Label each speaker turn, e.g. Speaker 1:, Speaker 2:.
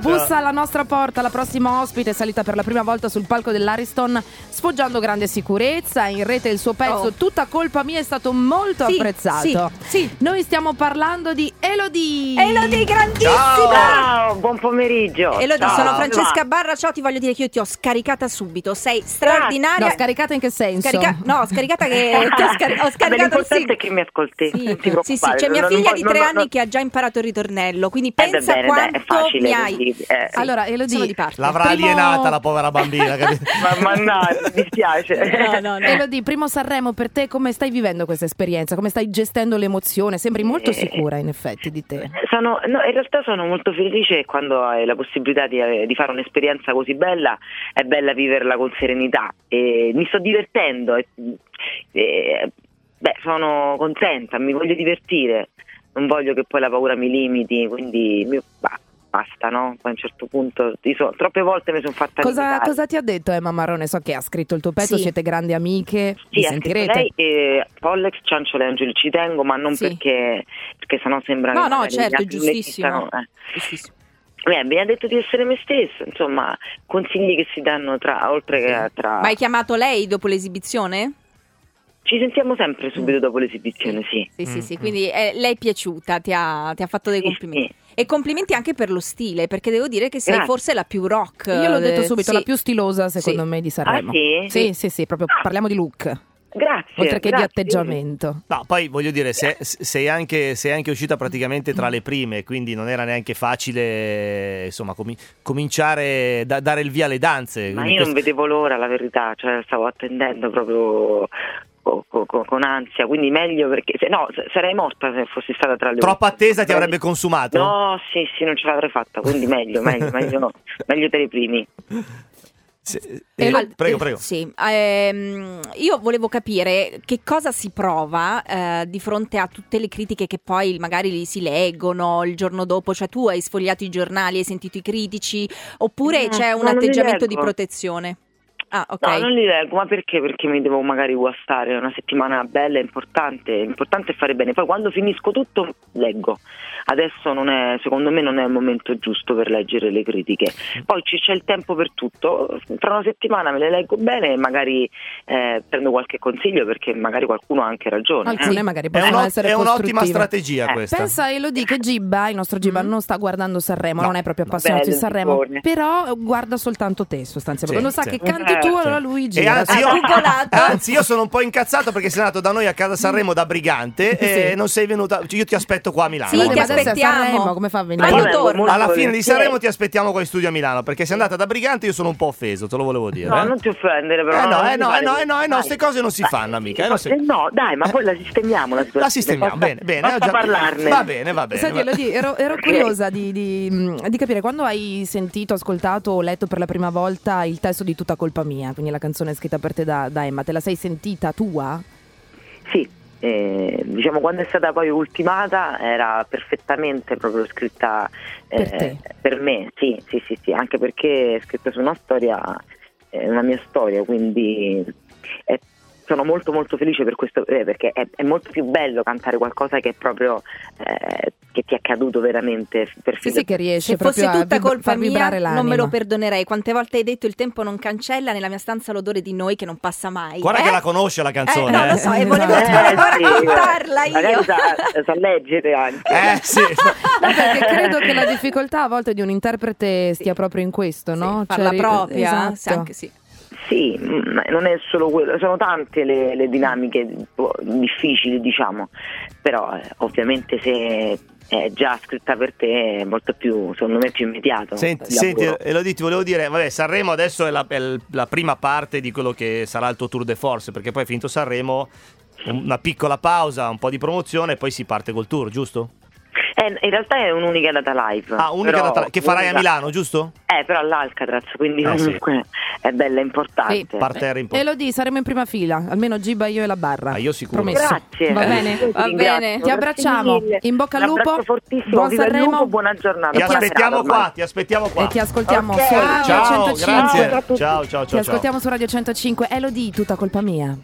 Speaker 1: Bussa alla nostra porta la prossima ospite, è salita per la prima volta sul palco dell'Ariston, sfoggiando grande sicurezza, in rete il suo pezzo
Speaker 2: Oh.
Speaker 1: Tutta colpa mia è stato molto
Speaker 2: Sì,
Speaker 1: apprezzato.
Speaker 2: sì, sì.
Speaker 1: Noi stiamo parlando di Elodie.
Speaker 2: Elodie, grandissima!
Speaker 3: Ciao, buon pomeriggio.
Speaker 2: Elodie,
Speaker 3: Ciao.
Speaker 2: sono Francesca Barra, ciao, ti voglio dire che io ti ho scaricata subito, sei straordinaria.
Speaker 1: No, scaricata in che senso?
Speaker 2: Scarica- no, scaricata che ti ho, scar- ho
Speaker 3: Vabbè,
Speaker 2: scaricato il
Speaker 3: l'importante
Speaker 2: sing-
Speaker 3: è che mi ascolti.
Speaker 2: Sì,
Speaker 3: non ti preoccupare.
Speaker 2: sì, sì, c'è mia
Speaker 3: Non-
Speaker 2: figlia
Speaker 3: non-
Speaker 2: di
Speaker 3: non-
Speaker 2: tre
Speaker 3: non-
Speaker 2: anni che ha già imparato il ritornello, quindi
Speaker 3: Eh, beh,
Speaker 2: pensa
Speaker 3: bene, dai,
Speaker 2: quanto
Speaker 3: è facile
Speaker 2: mi hai.
Speaker 3: così, eh.
Speaker 1: Allora,
Speaker 2: Sono
Speaker 1: Elodie,
Speaker 2: di parte.
Speaker 4: L'avrà
Speaker 1: Primo-
Speaker 4: alienata la povera bambina, capito?
Speaker 3: Ma mannaggia, mi dispiace.
Speaker 2: No, no, no.
Speaker 1: Eh. Elodie, primo Sanremo per te, come stai vivendo questa esperienza? Come stai gestendo l'emozione? Sembri molto
Speaker 3: Eh.
Speaker 1: sicura in effetti di te.
Speaker 3: Sono- no, in realtà sono molto felice quando hai la possibilità di, eh, di fare un'esperienza così bella, è bella viverla con serenità e mi sto divertendo, e- e- beh, sono contenta, mi voglio divertire, non voglio che poi la paura mi limiti, quindi mi- bah, basta, no? Poi a un certo punto, ti so- troppe volte mi sono fatta
Speaker 1: Cosa,
Speaker 3: limitare.
Speaker 1: cosa ti ha detto Emma Marrone? So che ha scritto il tuo pezzo,
Speaker 2: Sì.
Speaker 1: siete grandi amiche,
Speaker 3: Sì,
Speaker 1: vi
Speaker 3: ha scritto
Speaker 1: sentirete.
Speaker 3: lei e Pollex, Cianciole e Angeli ci tengo, ma non
Speaker 2: Sì.
Speaker 3: perché, perché sennò sembra
Speaker 2: No,
Speaker 3: che
Speaker 2: no,
Speaker 3: magari
Speaker 2: certo,
Speaker 3: gli altri non le
Speaker 2: giustissimo.
Speaker 3: esistano, eh.
Speaker 2: Giustissimo.
Speaker 3: Beh, Eh, mi ha detto di essere me stesso, insomma, consigli che si danno tra, oltre che tra...
Speaker 2: Ma hai chiamato lei dopo l'esibizione?
Speaker 3: Ci sentiamo sempre subito dopo l'esibizione, sì.
Speaker 2: Sì, sì,
Speaker 4: Mm,
Speaker 2: sì,
Speaker 4: mm.
Speaker 2: quindi eh, lei è piaciuta, ti ha, ti ha fatto dei
Speaker 3: Sì,
Speaker 2: complimenti.
Speaker 3: sì.
Speaker 2: E complimenti anche per lo stile, perché devo dire che sei
Speaker 3: Grazie.
Speaker 2: forse la più rock.
Speaker 1: Io l'ho detto
Speaker 2: eh,
Speaker 1: subito,
Speaker 2: sì.
Speaker 1: la più stilosa secondo
Speaker 2: Sì.
Speaker 1: me di Sanremo.
Speaker 3: Ah, sì?
Speaker 1: Sì, sì, sì, proprio parliamo di look,
Speaker 3: Grazie.
Speaker 1: oltre che di
Speaker 3: grazie.
Speaker 1: atteggiamento.
Speaker 4: No, poi voglio dire, se- se- sei, anche, sei anche uscita praticamente tra le prime, quindi non era neanche facile insomma, comi- cominciare da dare il via alle danze.
Speaker 3: Ma
Speaker 4: quindi
Speaker 3: io non
Speaker 4: questo-
Speaker 3: vedevo l'ora, la verità, cioè stavo attendendo proprio co- co- co- con ansia, quindi meglio perché... Se, no, se- sarei morta se fossi stata tra le...
Speaker 4: Troppa attesa ti
Speaker 3: Veramente.
Speaker 4: avrebbe consumato?
Speaker 3: No, sì, sì, non ce l'avrei fatta, quindi meglio, meglio, meglio, no, meglio per i primi.
Speaker 4: Se- eh,
Speaker 1: Eh,
Speaker 2: Al-
Speaker 4: prego,
Speaker 2: eh,
Speaker 4: prego.
Speaker 2: sì. Ehm, io volevo capire che cosa si prova eh, di fronte a tutte le critiche che poi magari li si leggono il giorno dopo, cioè tu hai sfogliato i giornali, hai sentito i critici, oppure
Speaker 3: No,
Speaker 2: c'è un
Speaker 3: no, non li
Speaker 2: atteggiamento di
Speaker 3: leggo.
Speaker 2: protezione? Ah, ok.
Speaker 3: No, non li leggo, ma perché? Perché mi devo magari guastare, è una settimana bella, importante, importante è fare bene. Poi quando finisco tutto leggo. Adesso non è, secondo me non è il momento giusto per leggere le critiche. Poi ci- c'è il tempo per tutto, tra una settimana me le leggo bene e magari eh, prendo qualche consiglio perché magari qualcuno ha anche ragione. eh.
Speaker 1: Alcune magari
Speaker 4: È,
Speaker 1: possono
Speaker 4: un'o-
Speaker 1: essere
Speaker 4: è un'ottima
Speaker 1: costruttive.
Speaker 4: strategia
Speaker 3: Eh,
Speaker 4: questa.
Speaker 1: Pensa Elodie che Gibba, il nostro Gibba, non sta guardando Sanremo,
Speaker 4: No,
Speaker 1: non è proprio
Speaker 4: no.
Speaker 1: appassionato di
Speaker 3: Bello,
Speaker 1: Sanremo,
Speaker 3: buone.
Speaker 1: però guarda soltanto te sostanzialmente. Quando
Speaker 4: Sì,
Speaker 1: sa
Speaker 4: sì.
Speaker 1: che canti tu,
Speaker 3: Eh,
Speaker 1: allora
Speaker 4: sì.
Speaker 1: lui
Speaker 4: E
Speaker 1: gira.
Speaker 4: anzi,
Speaker 2: Ha
Speaker 4: io,
Speaker 2: googolato.
Speaker 4: anzi, io sono un po' incazzato perché sei nato da noi a casa Sanremo da brigante e
Speaker 1: Sì.
Speaker 4: non sei venuta. cioè, Io ti aspetto qua a Milano.
Speaker 2: Sì,
Speaker 1: Ma
Speaker 2: ti
Speaker 4: guarda.
Speaker 1: adesso è a
Speaker 2: aspettiamo.
Speaker 1: Sanremo, come fa a venire?
Speaker 2: Ma
Speaker 3: Poi
Speaker 2: non
Speaker 3: vengo
Speaker 2: torna.
Speaker 3: molto
Speaker 4: Alla fine di
Speaker 3: volentieri.
Speaker 4: Sanremo ti aspettiamo qua in studio a Milano perché sei andata da brigante io sono un po' offeso, te lo volevo dire.
Speaker 3: No,
Speaker 4: eh.
Speaker 3: non ti offendere però.
Speaker 4: Eh no,
Speaker 3: non
Speaker 4: eh
Speaker 3: mi
Speaker 4: no,
Speaker 3: pare
Speaker 4: eh no,
Speaker 3: che-
Speaker 4: eh no, eh no,
Speaker 3: dai.
Speaker 4: ste cose non si
Speaker 3: Dai.
Speaker 4: fanno, amica, eh, non si-
Speaker 3: Eh no, dai, ma poi la sistemiamo la situazione.
Speaker 4: La sistemiamo,
Speaker 3: Basta-
Speaker 4: bene, bene.
Speaker 3: Basta
Speaker 4: ho già-
Speaker 3: parlarne.
Speaker 4: Va bene, va bene.
Speaker 1: Senti,
Speaker 4: va-
Speaker 1: Elodie, ero, ero
Speaker 3: Ok.
Speaker 1: curiosa di, di, mh, di capire quando hai sentito, ascoltato o letto per la prima volta il testo di Tutta colpa mia, quindi la canzone scritta per te da, da Emma, te la sei sentita tua?
Speaker 3: Sì, eh, diciamo quando è stata poi ultimata era perfettamente proprio scritta eh,
Speaker 1: Per te.
Speaker 3: per me, sì, sì, sì, sì, anche perché è scritta su una storia, eh, una mia storia, quindi è- sono molto molto felice per questo eh, perché è, è molto più bello cantare qualcosa che è proprio eh, che ti è accaduto veramente per
Speaker 1: Sì,
Speaker 3: filo
Speaker 1: sì, che riesce
Speaker 2: Se
Speaker 1: proprio
Speaker 2: fosse
Speaker 1: a
Speaker 2: tutta
Speaker 1: vib-
Speaker 2: colpa
Speaker 1: far
Speaker 2: mia,
Speaker 1: vibrare l'anima.
Speaker 2: non me lo perdonerei. Quante volte hai detto il tempo non cancella, nella mia stanza l'odore di noi che non passa mai.
Speaker 4: Guarda
Speaker 2: Eh?
Speaker 4: che la conosce la canzone.
Speaker 2: Eh, no,
Speaker 4: eh.
Speaker 2: lo so, e
Speaker 1: Eh,
Speaker 2: volevo volevo
Speaker 3: sì. eh,
Speaker 2: raccontarla io.
Speaker 3: Magari sa, sa leggere anche.
Speaker 4: Eh, sì.
Speaker 1: No, perché credo che la difficoltà a volte di un interprete stia proprio in questo, no?
Speaker 2: Sì, farla
Speaker 1: ri-
Speaker 2: propria,
Speaker 1: esatto.
Speaker 2: sì, anche sì.
Speaker 3: Sì, mm, ma non è solo quello, sono tante le, le dinamiche boh, difficili, diciamo, però eh, ovviamente se è già scritta per te è molto più, secondo me, è più immediato.
Speaker 4: Senti,
Speaker 3: il lavoro.
Speaker 4: senti eh, Elodie, ti volevo dire, vabbè, Sanremo adesso è la, è l- la prima parte di quello che sarà il tuo tour de force, perché poi è finito Sanremo, un- una piccola pausa, un po' di promozione e poi si parte col tour, giusto?
Speaker 3: Eh, in realtà è un'unica data live.
Speaker 4: Ah, unica
Speaker 3: però-
Speaker 4: data- che farai a
Speaker 3: unica-
Speaker 4: Milano, giusto?
Speaker 3: Eh, però all'Alcatraz, quindi
Speaker 4: Eh, sì.
Speaker 3: comunque è bella, è importante.
Speaker 1: Sì,
Speaker 4: Parterre importante.
Speaker 1: Elodie, saremo in prima fila, almeno Giba, io e la barra.
Speaker 4: Ah, io sicuro.
Speaker 1: Promesso.
Speaker 3: Grazie.
Speaker 1: Va bene.
Speaker 3: Io ti
Speaker 2: va
Speaker 3: ringrazio,
Speaker 2: bene. Ti
Speaker 3: grazie
Speaker 1: abbracciamo.
Speaker 3: mille.
Speaker 1: In bocca al
Speaker 3: Un abbraccio
Speaker 1: lupo,
Speaker 3: fortissimo,
Speaker 1: buon
Speaker 3: viva il
Speaker 1: Sanremo.
Speaker 3: lupo, buona giornata.
Speaker 4: Ti
Speaker 1: E ti
Speaker 3: buona serata
Speaker 4: aspettiamo
Speaker 3: ormai.
Speaker 4: qua, ti aspettiamo qua.
Speaker 1: E ti ascoltiamo
Speaker 3: Ok.
Speaker 1: su Radio
Speaker 4: Ciao,
Speaker 1: 105.
Speaker 4: grazie.
Speaker 3: Ciao a tutti.
Speaker 4: Ciao, ciao,
Speaker 1: Ti
Speaker 4: ciao. ciao.
Speaker 1: ascoltiamo su Radio 105. Elodie, tutta colpa mia.